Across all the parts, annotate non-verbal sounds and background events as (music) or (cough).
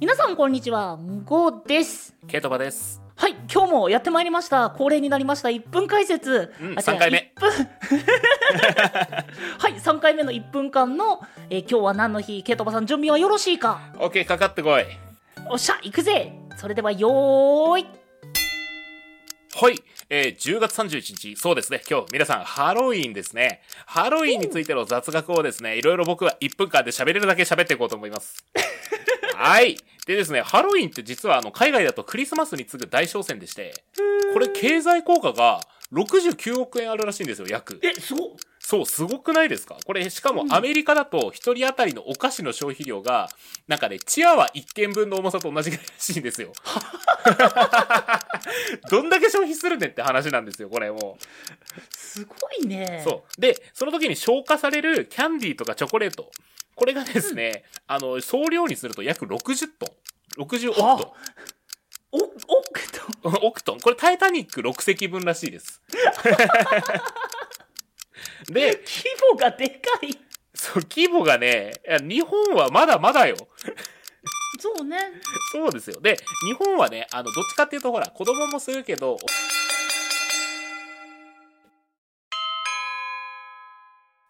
皆さんこんにちはんごですケイトバです。はい今日もやってまいりました恒例になりました1分解説、うあん違う3回目1分 (laughs) はい3回目の1分間の、えー今日は何の日ケイトバさん準備はよろしいかオッケーかかってこい。おっしゃ行くぜそれではよーいはい、えー、10月31日、そうですね、今日皆さんハロウィーンですね。ハロウィーンについての雑学をですね、いろいろ僕は1分間で喋れるだけ喋っていこうと思い (laughs) ます。はい。でですね、ハロウィーンって実はあの海外だとクリスマスに次ぐ大商戦でして、これ経済効果が69億円あるらしいんですよ、約。えすごっそう、すごくないですかこれ、しかもアメリカだと、一人当たりのお菓子の消費量が、なんかね、チアワ一軒分の重さと同じぐらいらしいんですよ。どんだけ消費するねんって話なんですよ、これもすごいねう。そう。で、その時に消化されるキャンディーとかチョコレート。これがですね、あの、総量にすると約60トン。60億トンは。おおっとオクトン。これタイタニック6隻分らしいです。で、規模がでかいそう、規模がね、いや日本はまだまだよ。そうねそうですよ。で、日本はね、あの、どっちかっていうと、ほら、子供もするけど、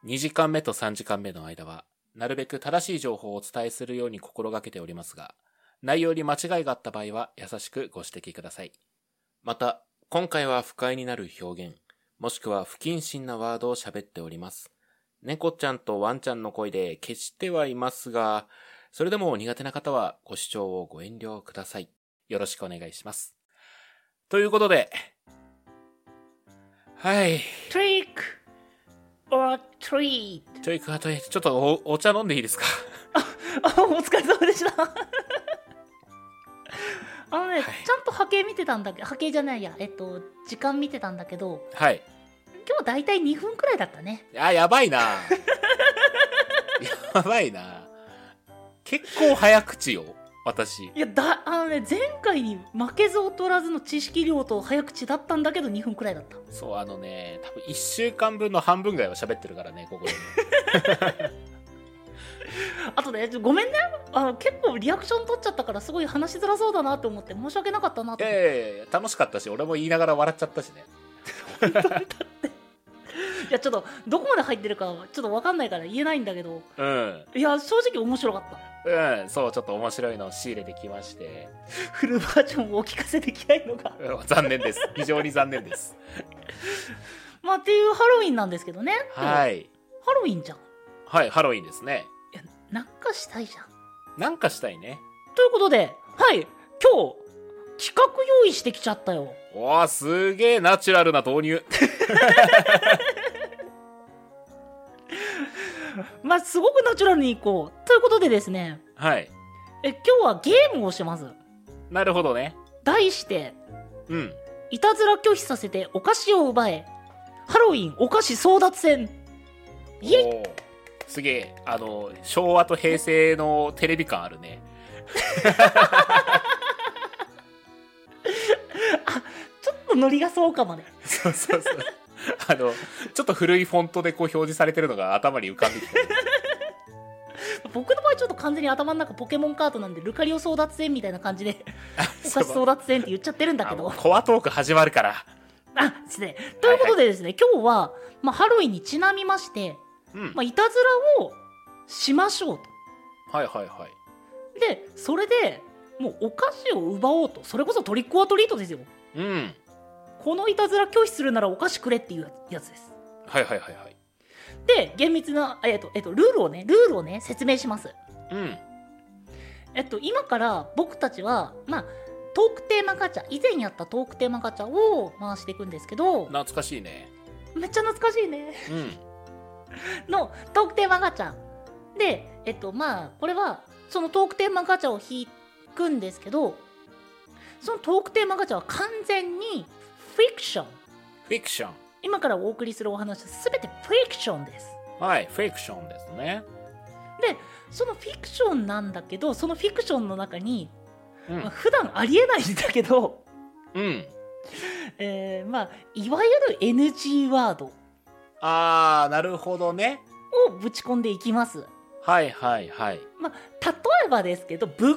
2時間目と3時間目の間は、なるべく正しい情報をお伝えするように心がけておりますが、内容に間違いがあった場合は、優しくご指摘ください。また、今回は不快になる表現、もしくは不謹慎なワードを喋っております。猫ちゃんとワンちゃんの声で消してはいますが、それでも苦手な方はご視聴をご遠慮ください。よろしくお願いします。ということで、はい。トリック or treat ちょいかとえ、ちょっとおお茶飲んでいいですか (laughs) あ (laughs) お疲れ様でした (laughs) あのね、はいちゃんと波形見てたんだけど波形じゃないやえっと時間見てたんだけどはい。今日だいたい2分くらいだったねあ、や (laughs) ばいなやばいな結構早口よ、私。いやだあのね前回に負けず劣らずの知識量と早口だったんだけど2分くらいだったそう、あのね、多分1週間分の半分ぐらいは喋ってるからね、ここ (laughs) で。あとねちょごめんねあの結構リアクション取っちゃったからすごい話しづらそうだなと思って申し訳なかったなとい思っやていやいや、楽しかったし、俺も言いながら笑っちゃったしね。いやちょっとどこまで入ってるかちょっと分かんないから言えないんだけどうん。いや正直面白かったうん、そう、ちょっと面白いのを仕入れてきまして。フルバージョンをお聞かせできないのがうん (laughs) 残念です。非常に残念です。まあっていうハロウィンなんですけどねはいい。ハロウィンじゃんいはい、ハロウィンですね。やなんかしたいじゃんなんかしたいね。ということではい今日企画用意してきちゃったよおー、すげえナチュラルな導入。まあすごくナチュラルにいこうということでですねはい。え今日はゲームをしますなるほどね。題してうん。 「いたずら拒否させてお菓子を奪えハロウィンお菓子争奪戦」イエイおーすげえ、あの、昭和と平成のテレビ感あるね。 (laughs) ちょっとノリがそうかもねそうそうそう。あの、ちょっと古いフォントでこう表示されてるのが頭に浮かんできてる。僕の場合ちょっと完全に頭の中ポケモンカードなんでルカリオ争奪戦みたいな感じ (laughs) でお菓子争奪戦って言っちゃってるんだけあどもうコアトーク始まるから。あ失礼ということでですね、今日は、まあ、ハロウィンにちなみまして、うん。まあ、はいいたずらをしましょうとはいはい。でそれでもうお菓子を奪おうとそれこそトリックオアトリートですようん。このいたずら拒否するならお菓子くれっていうやつですはいはいはいはい。で厳密な、えっとえっと、ルールをねルールをね説明しますうん。えっと今から僕たちはまあトークテーマガチャ以前やったトークテーマガチャを回していくんですけど懐かしいね。めっちゃ懐かしいねうん。のトークテーマガチャでえっとまあこれはそのトークテーマガチャを引くんですけどそのトークテーマガチャは完全にフィクションフィクション。今からお送りするお話は全てフィクションですはい、フィクションですね。そのフィクションなんだけどそのフィクションの中に、うまあ、ん。普段ありえないんだけど、 (laughs) うん。えーまあいわゆる NG ワードあー、なるほどね。をぶち込んでいきますはいはいはい。まあ例えばですけどぶっ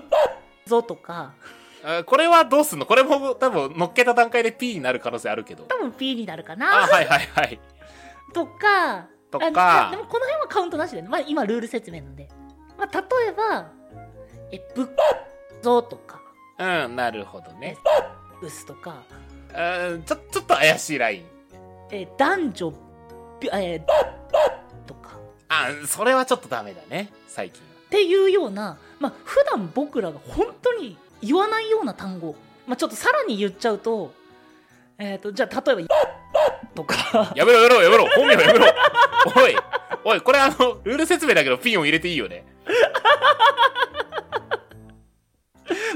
ぞとかあこれはどうすんのこれも多分乗っけた段階で P になる可能性あるけど多分 P になるかあなはいはいはいとかとあかでもこの辺はカウントなしで、まあ、今ルール説明なんで、まあ、例えば「えぶっぞ」とかうんなるほどね「うす」とかうんちょちょっと怪しいライン「え男女」びえーとかあそれはちょっとダメだね最近っていうような、まあ普段僕らが本当に言わないような単語、まあ、ちょっとさらに言っちゃうと,、えー、とじゃあ例えば「とか (laughs) やめろやめろやめろ本名やめろおいおいこれあのルール説明だけどピンを入れていいよね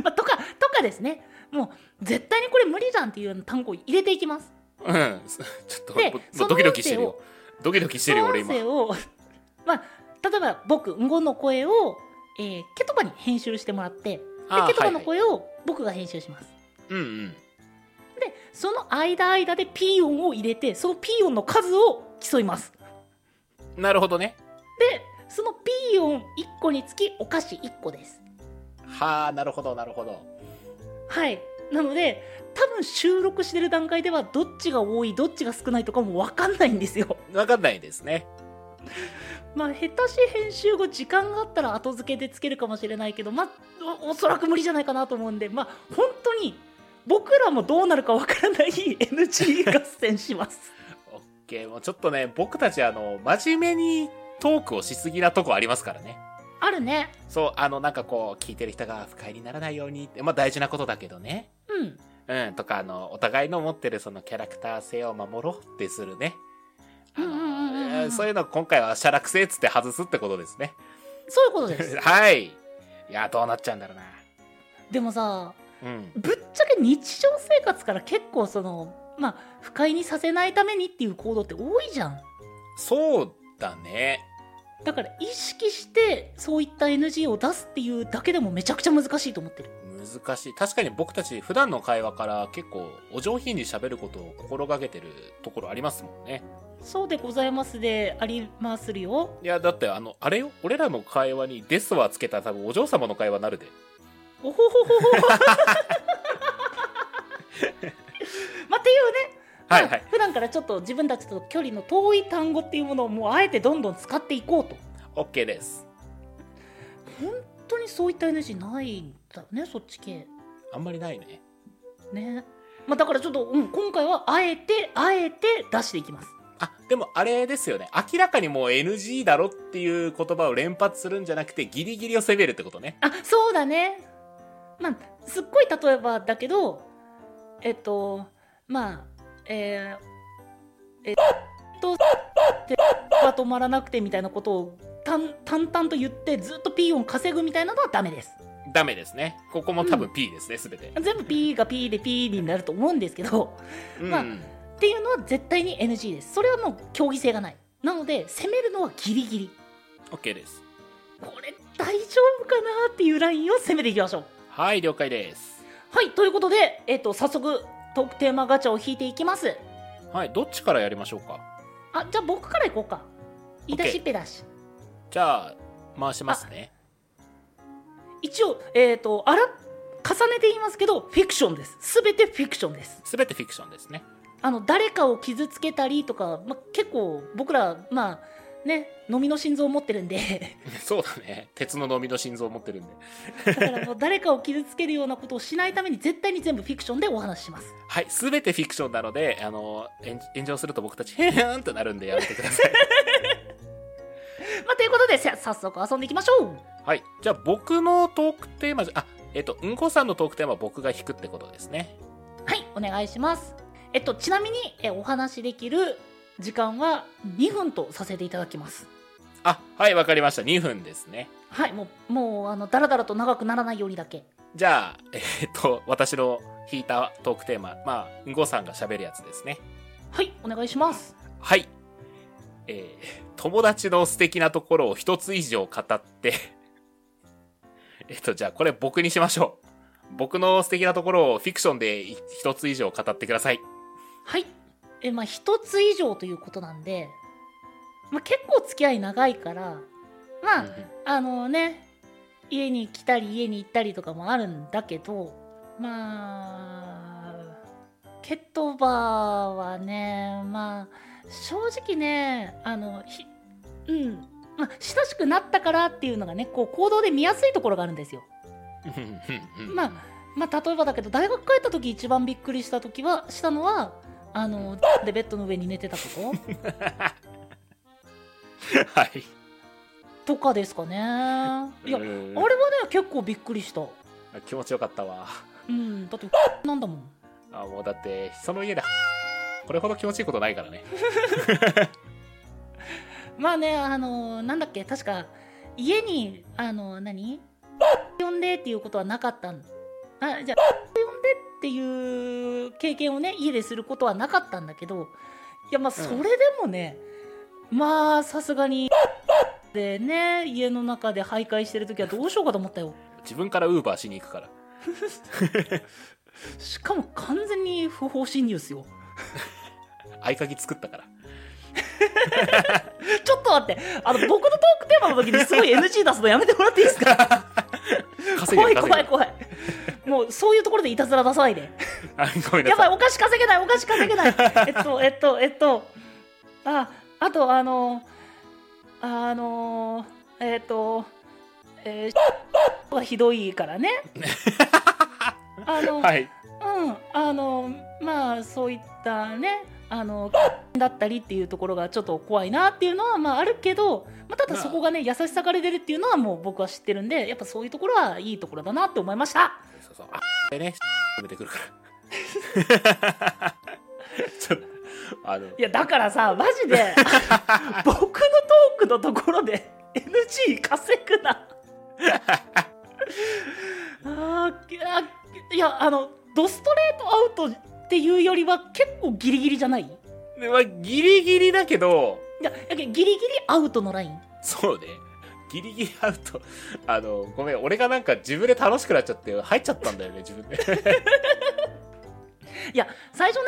まあ、とかとかですねもう絶対にこれ無理じゃんっていうような単語を入れていきます。うんすちょっとでもうそのドキドキしてる音よドキドキしてるよ俺今その音声を、 (laughs) まあ、例えば僕んごの声を、えーケトバに編集してもらってであーケトバのはいはい声を僕が編集します、うんうんでその間間でピー音を入れてそのピー音の数を競いますなるほどねでそのピー音1個につきお菓子1個ですはあなるほどなるほどはいなので多分収録してる段階ではどっちが多いどっちが少ないとかも分かんないんですよ分かんないですねまあ下手し編集後時間があったら後付けでつけるかもしれないけどまあおおそらく無理じゃないかなと思うんでまあ本当に僕らもどうなるかわからない NG 合戦しますオッケーもうちょっとね僕たちあの真面目にトークをしすぎなとこありますからね (laughs) あるねそうあのなんかこう聞いてる人が不快にならないようにってまあ大事なことだけどねうんうんとかあのお互いの持ってるそのキャラクター性を守ろうってするねあのうんうんうんうんうんえーそういうの今回は写楽性っつって外すってことですね (laughs) そういうことですはいいやどうなっちゃうんだろうなでもさうんぶっちゃけ日常生活から結構そのまあ不快にさせないためにっていう行動って多いじゃんそうだねだから意識してそういった NG を出すっていうだけでもめちゃくちゃ難しいと思ってる難しい確かに僕たち普段の会話から結構お上品に喋ることを心がけてるところありますもんねそうでございますでありまするよいやだってあのあれよ俺らの会話に「です」はつけたら多分お嬢様の会話になるで (laughs) おほほほほほまあ、っていうね、はいはまあい普段からちょっと自分たちと距離の遠い単語っていうものをもうあえてどんどん使っていこうと OK です本当にそういった NG ないんだよねそっち系あんまりないねね、まあ、だからちょっと、うん、今回はあえてあえて出していきますあでもあれですよね明らかにもう NG だろっていう言葉を連発するんじゃなくてギリギリを攻めるってことねあそうだねまあすっごい例えばだけどえっとまあえー、えっとでが止まらなくてみたいなことを淡淡々と言ってずっと P 音稼ぐみたいなのはダメですダメですねここも多分 P ですね、す (laughs) べて全部 P が P で P になると思うんですけどうん、まあっていうのは絶対に NG ですそれはもう競技性がないなので攻めるのはギリギリ OK ですこれ大丈夫かなっていうラインを攻めていきましょうはい了解ですはい、ということで、えっ、と、早速、トークテーマガチャを引いていきます。はいどっちからやりましょうかあ、じゃあ僕からいこうか。言い出しっぺだし。じゃあ回しますね一応、えっ、と、あら、重ねて言いますけど、フィクションです。すべてフィクションです。すべてフィクションですねあの、誰かを傷つけたりとか、ま、結構、僕ら、まあ、ね、飲みの心臓を持ってるんで、 (laughs) そうだね。鉄の飲みの心臓を持ってるんで。だからもう誰かを傷つけるようなことをしないために、絶対に全部フィクションでお話しします。はい。すべてフィクションなので、あの、炎炎上すると僕たち、へーんとなるんでやめてくださ (laughs) い。まあ、ということで、さ早速遊んでいきましょうはい。じゃあ僕のトークテーマじゃ、あ、えっと、うんこさんのトークテーマは僕が引くってことですね。はい、お願いします。えっと、ちなみに、え、お話しできる時間は2分とさせていただきます。あ、はい、わかりました。2分ですね。はい、もう、もう、あの、だらだらと長くならないようにだけ。じゃあ、えっと、私の引いたトークテーマ、まあ、うんこさんが喋るやつですね。はい、お願いします。はい。えー友達の素敵なところを一つ以上語って、 (laughs) えっと、じゃあこれ僕にしましょう。僕の素敵なところをフィクションでい一つ以上語ってください。はい。え、まあ、一つ以上ということなんで、まあ、結構付き合い長いから、まあ、あのね、家に来たり家に行ったりとかもあるんだけどまあケットバーはねまあ正直ねあのひうん、まあ、親しくなったからっていうのがねこう行動で見やすいところがあるんですよ。 (laughs) まあまあ、例えばだけど大学帰った時一番びっくりした時はしたのはあのでベッドの上に寝てたことはいとかですかねいやあれはねうん結構びっくりした気持ちよかったわうんだってなんだもんあもうだってその家でこれほど気持ちいいことないからねまあねあのなんだっけ確か家にあの何呼んでっていうことはなかったんあじゃあ呼んでっていう経験をね家ですることはなかったんだけどいやまあそれでもね、まあさすがにでね家の中で徘徊してる時はどうしようかと思ったよ自分からウーバーしに行くからしかも完全に不法侵入っすよ合鍵作ったからちょっと待ってあの僕のトークテーマの時にすごい NG 出すのやめてもらっていいですか稼怖げいる怖い稼怖いもうそういうところでいたずら出さないでげるあごめんなやばいさいお菓子稼げないお菓子稼げないえっとえっとえっとああとあのあのえっとえー、はひどいからねあの、はいうんあのまあそういったねあのだったりっていうところがちょっと怖いなっていうのはまああるけど、まあ、ただそこがね優しさから出るっていうのはもう僕は知ってるんでやっぱそういうところはいいところだなって思いましたそうそうあでね (laughs) 止めてくるから (laughs) ちょっとあのいやだからさマジで僕のトークのところで NG 稼ぐなあーきあいやあのドストレートアウトっていうよりは結構ギリギリじゃないいでまあギリギリだけどやいやギリギリアウトのラインそうねギリギリアウトあのごめん俺がなんか自分で楽しくなっちゃって入っちゃったんだよね自分でいや最初ね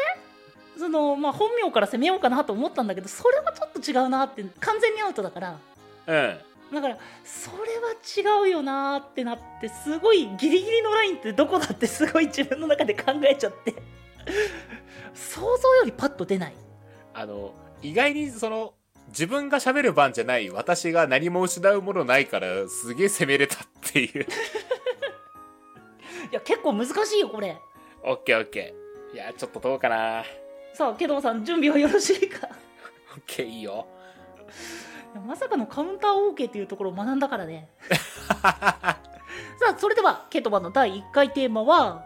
その、まあ、本名から攻めようかなと思ったんだけどそれはちょっと違うなって完全にアウトだからうんだからそれは違うよなってなってすごいギリギリのラインってどこだってすごい自分の中で考えちゃって想像よりパッと出ないあの意外にその自分が喋る番じゃない私が何も失うものないからすげえ攻めれたっていういや結構難しいよこれオッケーオッケーいやちょっとどうかなさあケドンさん準備はよろしいか (laughs) オッケーいいよいやまさかのカウンター OK っていうところを学んだから (laughs) ねさあそれではケトバの第1回テーマは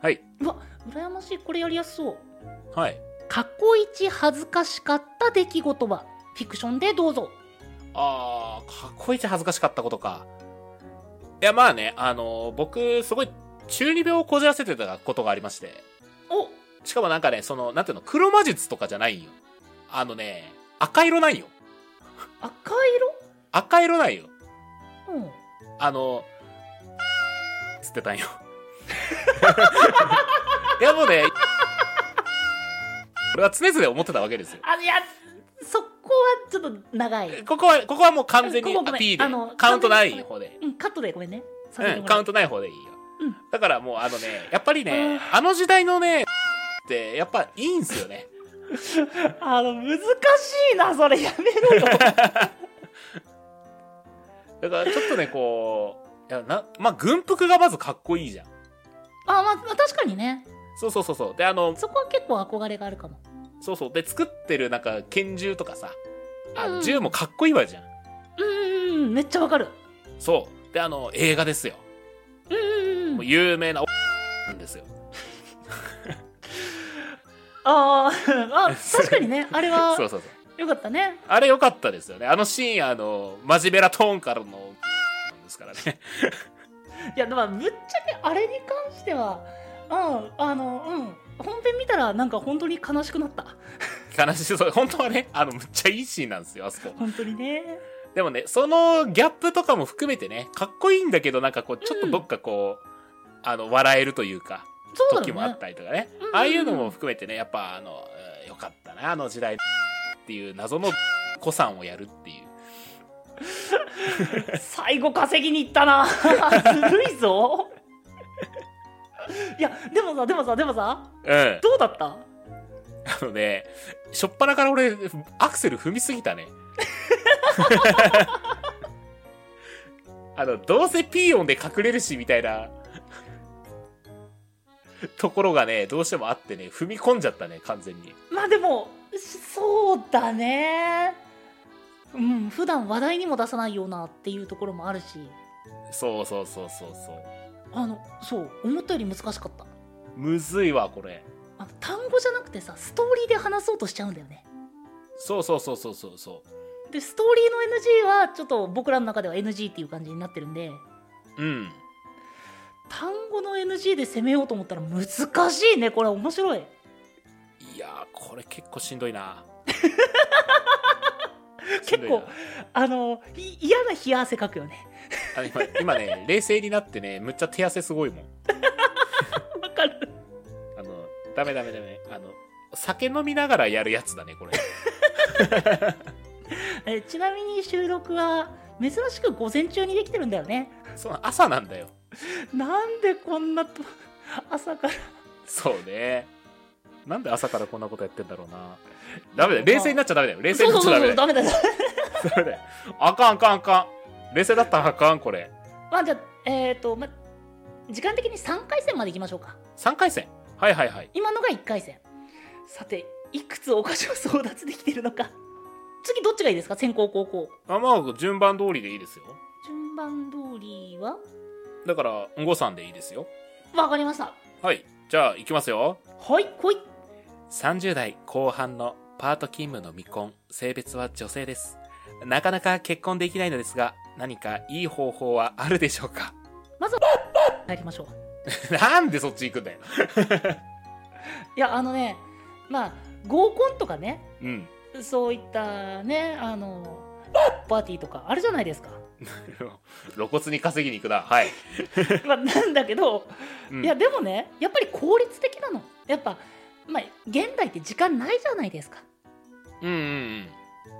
はい。うわ羨ましいこれやりやすそうはい過去一恥ずかしかった出来事はフィクションでどうぞあーかっこいい恥ずかしかったことかいやまあねあの僕すごい中二病をこじらせてたことがありましておしかもなんかねそのなんていうの黒魔術とかじゃないんよあのね赤色ないよ赤赤色ないよ色うんあの、つってた (laughs) んよ。いやもうね、俺は常々思ってたわけですよ。あいやそこはちょっと長い、ここは、ここはもう完全こにこごめん P であの、カウントない方で。うん、カットでごめんねさせうてん、もカらウうントない方でいいようん。だからもうあのね、やっぱりね、うあの時代のね、ってやっぱいいんすよね。あの難しいなそれやめろよだからちょっとね、こう、いやなまあ、軍服がまずかっこいいじゃん。あ、まあ、まあ確かにねそうそうそうそう。で、あの、そこは結構憧れがあるかもそうそう。で、作ってるなんか拳銃とかさ、うあん銃もかっこいいわじゃん。うんうんうんめっちゃわかるそう。で、あの、映画ですよ。うんうんうもうん有名な、なんですよ。あーあ確かに (laughs) ねあれはそうそうそう。よかったねあれ良かったですよね。あのシーン、あの、真面目なトーンからの、なんですからね。いやでもぶっちゃけあれに関してはうんあのうん本編見たらなんか本当に悲しくなった悲しい。そう本当はね、あの、むっちゃいいシーンなんですよ、あそこ。本当にねでもね、そのギャップとかも含めてね、かっこいいんだけど、なんかこう、ちょっとどっかこう、あの、笑えるというか、そうだ時よもあねったりとかねうんうんう。んああいうのも含めてね、やっぱ、あの、良かったな、あの時代っていう謎の子さんをやるっていう。最後稼ぎに行ったな (laughs) ずるいぞいやでもさでもさでもさうん。どうだったあのね、しょっぱなから俺、アクセル踏みすぎたね。 (laughs) あの、どうせピーヨンで隠れるし、みたいな、ところがね、どうしてもあってね、踏み込んじゃったね、完全に。まあでもそうだねうん普段話題にも出さないようなっていうところもあるしそうそうそうそうそう。あのそう思ったより難しかったむずいわ、これ。あの単語じゃなくてさストーリーで話そうとしちゃうんだよねそうそうそうそうそうそでストーリーの NG はちょっと僕らの中では NG っていう感じになってるんでう。うん。単語の NG で攻めようと思ったら難しいねこれ面白いいやー、これ結構しんどいな。し (laughs) んど結いな構あのい嫌な冷や汗かくよねあ今今ね、冷静になってね、むっちゃ手汗すごいもん。わかるあの、ダメダメダメ。あの、酒飲みながらやるやつだね、これ。えちなみに収録は珍しく午前中にできてるんだよねそうな朝なんだよ。なんでこんなと朝からそうね。なんで朝からこんなことやってんだろうな。ダメだよ。冷静になっちゃダメだよ。冷静になっちゃダメだよ。ダメだよ (laughs) ダメだよ。あかんあかんあかん。冷静だったらあかん、これ。まあじゃあえっ、とま時間的に3回戦までいきましょうか3回戦。はいはいはい。今のが1回戦さていくつお菓子を争奪できているのか次どっちがいいですか先行後攻あまあ、順番通りでいいですよ。順番通りはだから、5、3でいいですよ。わかりましたはい。じゃあ、行きますよ。はい来い30代後半のパート勤務の未婚、性別は女性です。なかなか結婚できないのですが、何かいい方法はあるでしょうか (laughs) 入りましょうなんでそっち行くんだよ。いやあのねまあ合コンとかねうん。 (laughs) そういったねあのパーティーとかあるじゃないです (laughs) か、露骨に稼ぎに行くな。はい。まあ、なんだけど、うんいやでもねやっぱり効率的なのやっぱまあ現代って時間ないじゃないですかうんうん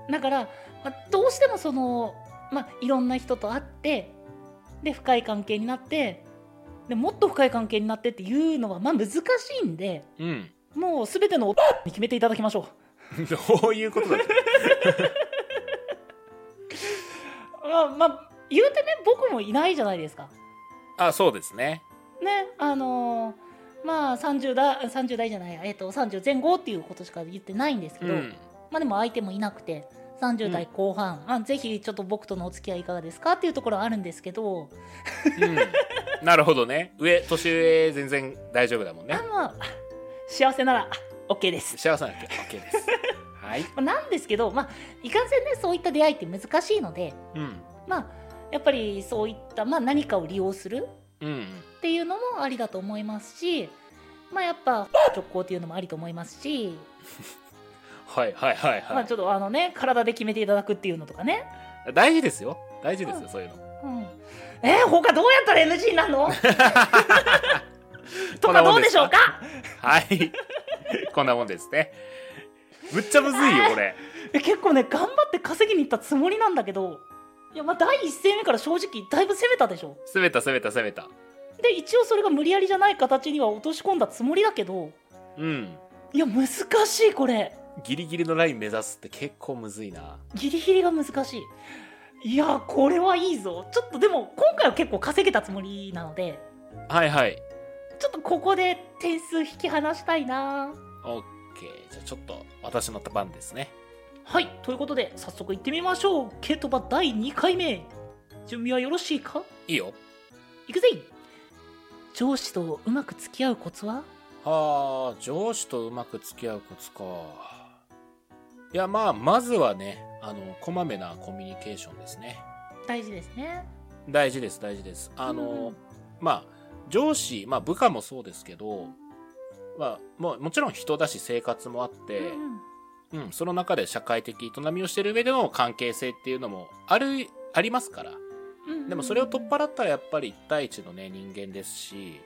うん。だから、まあ、どうしてもその、まあ、いろんな人と会ってで深い関係になってでもっと深い関係になってっていうのはまあ難しいんでうん。もう全てのおに決めていただきましょ (laughs) どういうことだよ。うまあまあ言うてね僕もいないじゃないですかあ、そうですね。ねあのーまあ30代30代じゃない、えっと30前後っていうことしか言ってないんですけうど、ん。まあでも相手もいなくて30代後半、あぜひちょっと僕とのお付き合いいかがですかっていうところはあるんですけど、うん。なるほどね。上、年上、全然大丈夫だもんねあ。まあ幸せならあ OK です幸せなんだっけ ?OK です。はい。まあなんですけど、まあ、いかんせんねそういった出会いって難しいので、うん。まあ、やっぱりそういった、まあ、何かを利用するうん。っていうのもありだと思いますし、まあ、やっぱ直行っていうのもありと思いますし、はいはいはいまはあ、ちょっとあのね体で決めていただくっていうのとかね、い。大事ですよ。大事ですよ、そういうの。うん、えー、他どうやったら NG になる (laughs) のとかどうでしょうかはい。こんなもんですね。むっちゃむずいよ、これ。え結構ね頑張って稼ぎに行ったつもりなんだけどいやまあ第一声目から正直だいぶ攻めたでしょ攻めた、攻めた、攻めた。で一応それが無理やりじゃない形には落とし込んだつもりだけどうん。いや難しいこれギリギリのライン目指すって結構むずいな。ギリギリが難しいいやこれはいいぞちょっとでも今回は結構稼げたつもりなのではいはい。ちょっとここで点数引き離したいなオッケー。じゃあちょっと私の番ですね。はいということで早速行ってみましょうケトバ第2回目準備はよろしいかいいよ。行くぜ上司とうまく付き合うコツははあ、上司とうまく付き合うコツか。いや、まあ、まずはね、あの、こまめなコミュニケーションですね。大事ですね大事です、大事です。あの、うんまあ、上司、まあ、部下もそうですけど、まあ、もうもちろん人だし生活もあって、うんうん、その中で社会的営みをしてる上での関係性っていうのもある、ありますから。うんでもそれを取っ払ったらやっぱり1対1のね、人間ですし、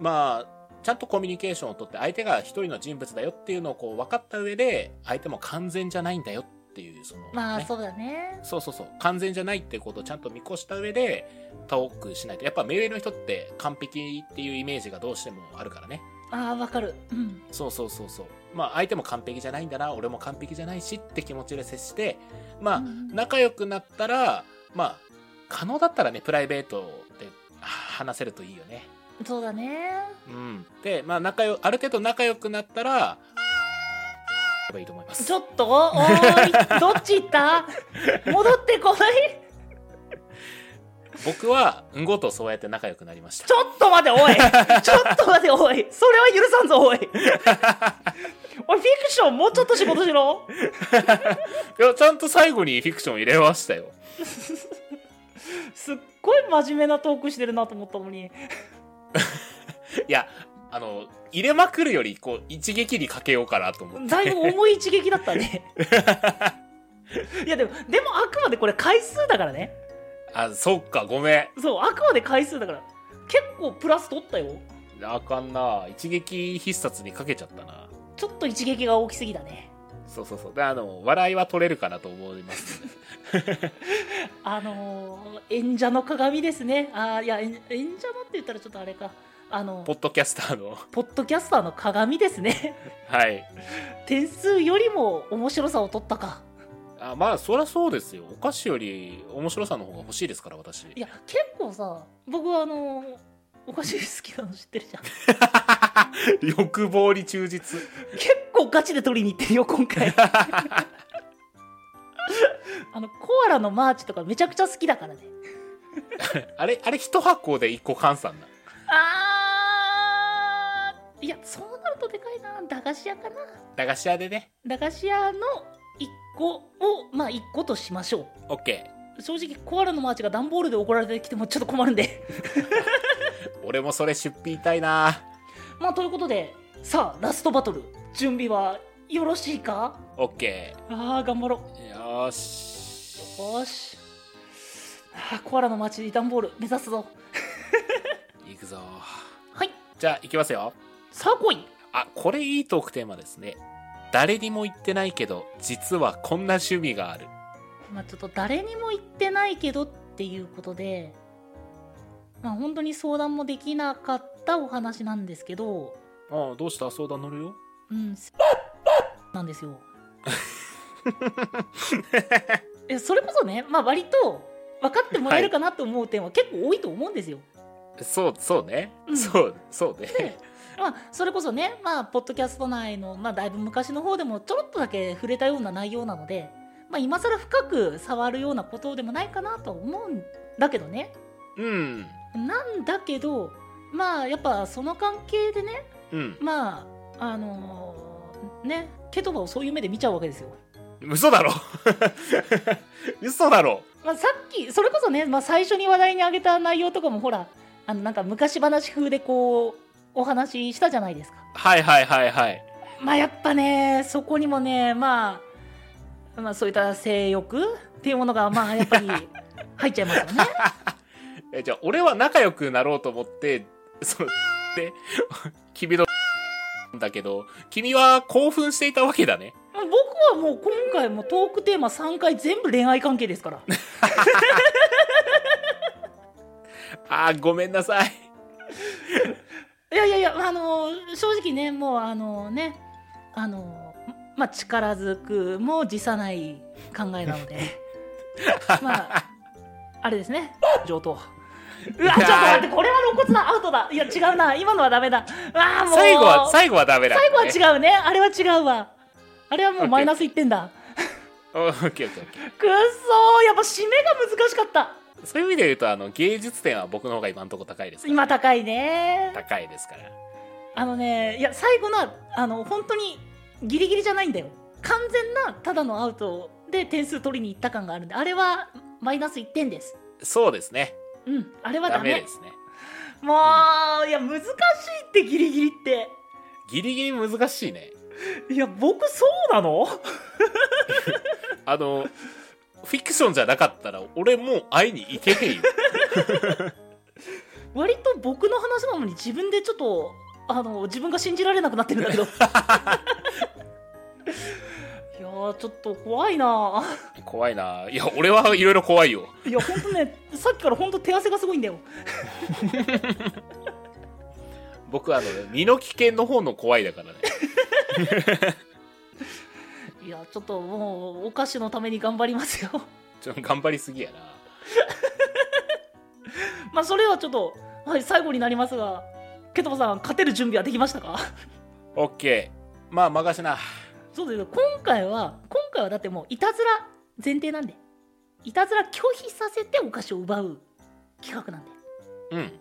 まあ、ちゃんとコミュニケーションをとって相手が一人の人物だよっていうのをこう分かった上で、相手も完全じゃないんだよっっていうその、まあねそうだねそうそうそう完全じゃないってことをちゃんと見越した上でトークしないとやっぱメールの人って完璧っていうイメージがどうしてもあるからねああわかるうんそうそうそうそうまあ相手も完璧じゃないんだな俺も完璧じゃないしって気持ちで接してまあうん仲良くなったらまあ可能だったらねプライベートでは話せるといいよねそうだねうんでまあ仲よある程度仲良くなったらやればいいと思いますちょっとお (laughs) ーいどっち行った戻ってこない僕はうんごとそうやって仲良くなりましたちょっと待てお (laughs) いちょっと待ておいそれは許さんぞお (laughs) いおいフィクションもうちょっと仕事しろいやちゃんと最後にフィクション入れましたよすっごい真面目なトークしてるなと思ったのにいやあの入れまくるよりこう一撃にかけようかなと思ってだいぶ重い一撃だったねいやでもでもあくまでこれ回数だからねあそっかごめそうあくまで回数だから結構プラス取ったよんあかんな一撃必殺にかけちゃったなちょっと一撃が大きすぎだねそうそうそうであの笑いは取れるかなと思い (laughs) ますのであのー演者の鏡ですねあーいや演演者のって言ったらちょっとあれかあのポッドキャスターのポッドキャスターの鏡ですねはい点数よりも面白さを取ったかあまあそりゃそうですよお菓子より面白さの方が欲しいですから私いや結構さ僕はあのーお菓子好きなの知ってるじゃん (laughs) 欲望に忠実結構ガチで取りに行ってるよ今 (laughs) 回あのコアラのマーチとかめちゃくちゃ好きだからねあれあれ一箱で一個換算なあーいやそうなるとでかいな駄菓子屋かな駄菓子屋でね駄菓子屋の1個をまあ1個としましょ OK う正直コアラのマーチが段ボールで怒られてきてもちょっと困るんで (laughs) 俺もそれ出費痛いなまあということでさあラストバトル準備はよろしいか OK あー頑張ろよーしうよーしあーコアラのマーチで段ボール目指すぞいくぞはいじゃあいきますよさあ来いあこれいいトークテーマですね誰にも言ってないけど実はこんな趣味があるまあ、ちょっと誰にも言ってないけどっていうことで、まあ、本当に相談もできなかったお話なんですけど、ああどうした相談乗るようん、せ (laughs) なんですよ。えそれこそね、まあ、割と分かってもらえるかなと思う点は結構多いと思うんですよ。そうそうね、うんそうそうね (laughs) でまあ、それこそね、まあ、ポッドキャスト内の、まあ、だいぶ昔の方でもちょろっとだけ触れたような内容なので、まあ、今更深く触るようなことでもないかなとは思うんだけどね。うんなんだけどまあやっぱその関係でねうんまああのーねケトバをそういう目で見ちゃうわけですよ。嘘だろ (laughs) 嘘だろまあ、さっきそれこそね、まあ、最初に話題に挙げた内容とかもほらあのなんか昔話風でこうお話ししたじゃないですか。はいはいはいはいまあやっぱねそこにもねまあまあそういった性欲っていうものがまあやっ (laughs) ぱり入っちゃいますよね。えじゃあ俺は仲良くなろうと思ってそので君のだけど君は興奮していたわけだね僕はもう今回もトークテーマ3回全部恋愛関係ですから。あーごめんなさいいやいやいや、あの正直ね、もうあのね、あのまあ力ずくも辞さない考えなので、 (laughs) まあ、あれですね、上 (laughs) 等。うわ、ちょっと待って、これは露骨なアウトだ。いや、違うな、今のはダメだ。ああ、もう、最後は最後はダメだ、ね、最後は違うね、あれは違うわ。あれはもうマイナス1点だ。 (laughs) オッケーオッケーオッケくっそー、やっぱ締めが難しかった。ーそういう意味で言うとあの芸術点は僕の方が今のところ高いですから今高いね。高いですからあのね、いや、最後のは、あの、本当にギリギリじゃないんだよ。完全な、ただのアウトで点数取りに行った感があるんで、あれはマイナス1点です。そうですねうん、あれはダダメ。メですねもう、いや、難しいってギリギリって。ギリギリ難しいねいや、僕そうなのあのフィクションじゃなかったら俺もう会いに行けへんよ (laughs) 割と僕の話なのに自分でちょっと、あの、自分が信じられなくなってるんだけど。いやーちょっと怖いなぁ怖いな。いや、俺はいろいろ怖いよ。いやほんとねさっきからほんと手汗がすごいんだよ僕はあの、身の危険の方の怖いだからね。 (laughs) いやちょっともうお菓子のために頑張りますよ (laughs) ちょっと頑張りすぎやな。まあそれはちょっと、はい、最後になりますがケトバさん勝てる準備はできましたかオッケー。まあ、任しな。そうですよ今回は今回はだってもういたずら前提なんでいたずら拒否させてお菓子を奪う企画なんでうん。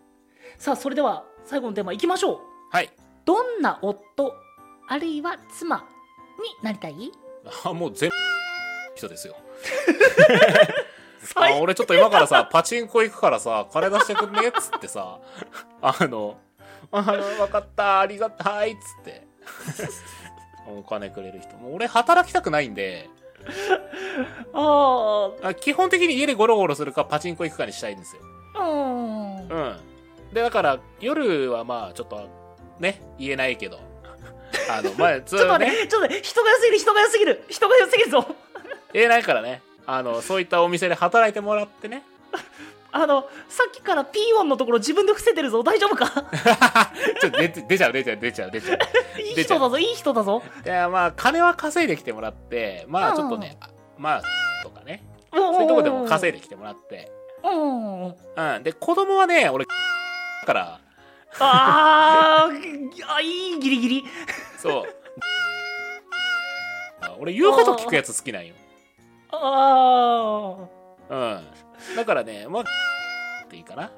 さあそれでは最後のテーマいきましょうはい。どんな夫あるいは妻になりたいあ、もう全部、人ですよ。最あ、俺ちょっと今からさ、パチンコ行くからさ、金出してくんねっつってさ、あの、あの、わかった、ありがたいっつって。お金くれる人。もう俺働きたくないんで、ああ基本的に家でゴロゴロするかパチンコ行くかにしたいんですよ。あうんうん。で、だから、夜はまあ、ちょっと、ね、言えないけど。あの、 (laughs) まあ、ずちょっとっと待っね、て、ちょっと待って、人が良すぎる、人が良すぎる、人が良すぎるぞ。言えないからね。あの、そういったお店で働いてもらってね。あの、さっきからピー音のところ自分で伏せてるぞ、大丈夫か (laughs) ちょっと出て出ちゃう、出ちゃう、出ちゃう、 (laughs) 出ちゃう。いい人だぞ、いい人だぞ。いや、まあ、金は稼いできてもらって、まあ、ちょっとね、まあ、とかね。そそういうとこでも稼いできてもらって。うん。あうん。で、子供はね、俺、から、あー、あいい、ギリギリ。そう。 (laughs) あ俺、言うこと聞くやつ好きなんよ。ああ。うん。だからね、まあ、っていいかな。い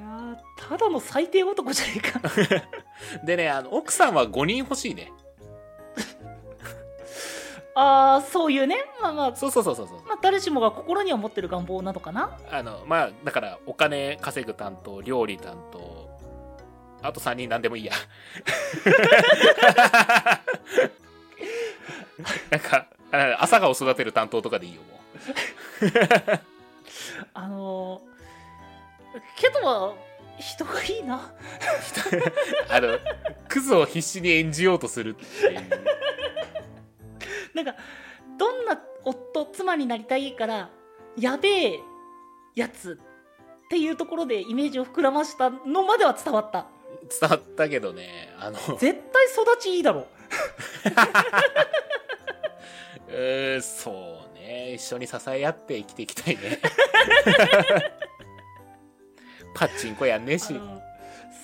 やーただの最低男じゃねえか。でね、あの、奥さんは5人欲しいね。ああ、そういうね。まあまあ、そうそうそうそうそう。まあ、誰しもが心には持ってる願望なのかな。あの、まあ、だから、お金稼ぐ担当、料理担当、あと3人何でもいいや。なんか、あ朝顔育てる担当とかでいいよ、もう。あのー、けどは、人がいいな。 (laughs) あの、クズを必死に演じようとするっていう。なんかどんな夫妻になりたいからやべえやつっていうところでイメージを膨らましたのまでは伝わった伝わったけどね、あの、絶対育ちいいだろえー、そうね。一緒に支え合って生きていきたいね。パチンコやんねえあし。の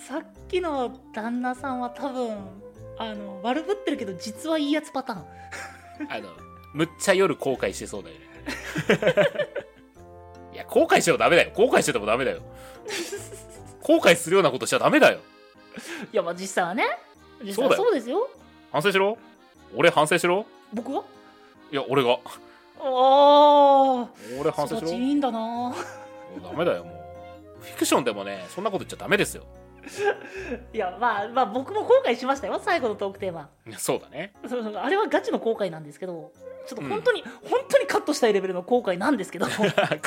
さっきの旦那さんは多分あの悪ぶってるけど実はいいやつパターンあの、むっちゃ夜後悔してそうだよね。 (laughs) いや、後悔してもダメだよ。後悔しててもダメだよ。後悔するようなことしちゃダメだよ。いやまあ実際はね実際そうはだよそうですよ反省しろ俺反省しろ僕はいや、俺が。あ俺あ反省し育ろちいいんだなダメだよ、もう。フィクションでもね、そんなこと言っちゃダメですよ。いやまあまあ僕も後悔しましたよ最後のトークテーマいやそうだね。 (laughs) そうそうあれはガチの後悔なんですけどちょっと本当に、本当にカットしたいレベルの後悔なんですけどカ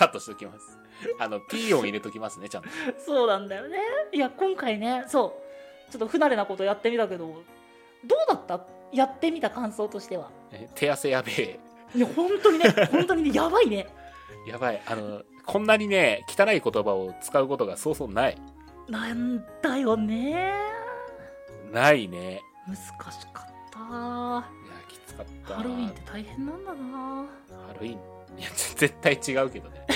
ットしておきます。あの、ピー音入れときますね、ちゃんと。そうなんだよねいや今回ねそうちょっと不慣れなことやってみたけどどうだったやってみた感想としてはえ手汗やべえ。いや本当にね本当にねやばいねやばい。あの、こんなにね、汚い言葉を使うことがそうそうない。なんだよねないね。難しかったハいや、きつかった。ロウィンって大変なんだなハロウィンいやぜ (laughs) 絶対違うけどね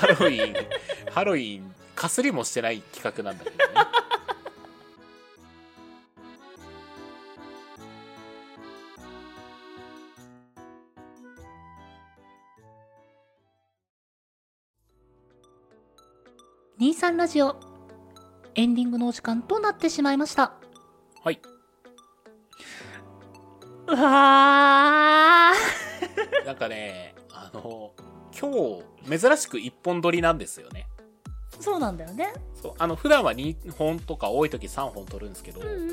ハロウィンハロウィンかすりもしてない企画なんだけどね23ラジオエンディングのお時間となってしまいましたはいうわーなんかねあの今日珍しく一本撮りなんですよねそうなんだよね。そうあの普段は2本とか多い時3本撮るんですけど、うんうんうんう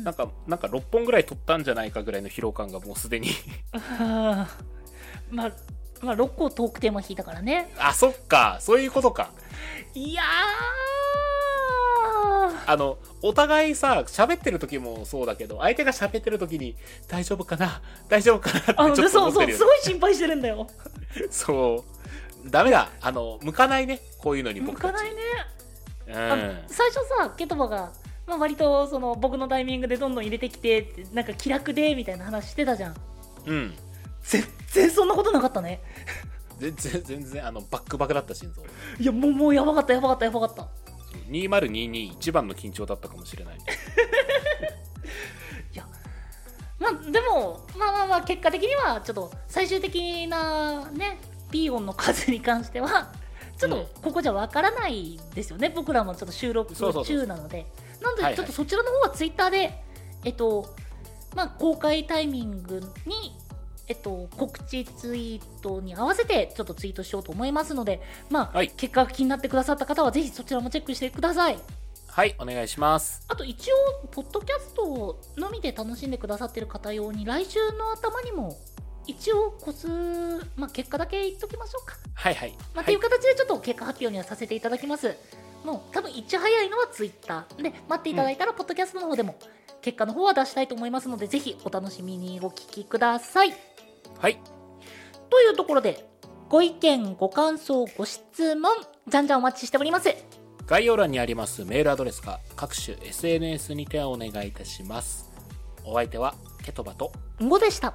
ん。なんかなんか6本ぐらい撮ったんじゃないかぐらいの疲労感がもうすでに (laughs) あーまあ、まあ、6個トークテーマ引いたからね。あそっかそういうことか (laughs) いやあの、お互いさ、喋ってる時もそうだけど、相手が喋ってる時に、大丈夫かな大丈夫かあなのってちねょっとそう思っそてうるよすね。ごい心配してるんだよそう。ダメだ。あの、向かないね。こういうのに向僕たかち。ないねあのう最初さケトバが、まあ、割とその僕のタイミングでどんどん入れてきてってなんか気楽でみたいな話してたじゃんん。うん。全然そんなことなかったね全然、全然、あの、バックバクだった心臓。いやもうもうやばかったやばかったやばかった2022一番の緊張だったかもしれない。まあでもまあまあまあ結果的にはちょっと最終的なねピー音の数に関してはちょっうんとここじゃわからないですよね、僕らもちょっと収録そうそうそう中なのでなんはいはでいちょっとそちらの方はツイッターでえっとまあ公開タイミングにえっと告知ツイートに合わせてちょっとツイートしようと思いますのでまあ、はい結果が気になってくださった方はぜひそちらもチェックしてくださいはい、お願いします。あと一応、ポッドキャストのみで楽しんでくださってる方用に、来週の頭にも、一応、個数、まあ、結果だけ言っときましょうか。はいはい。まあ、っはてい、いう形で、ちょっと結果発表にはさせていただきます。もう、多分、いち早いのはツイッター。で、待っていただいたら、ポッドキャストの方でも、結果の方は出したいと思いますので、ぜひ、お楽しみにお聞きください。はい。というところで、ご意見、ご感想、ご質問、じゃんじゃんお待ちしております。概要欄にありますメールアドレスか各種 SNS にてお願いいたします。お相手はケトバとんごでした。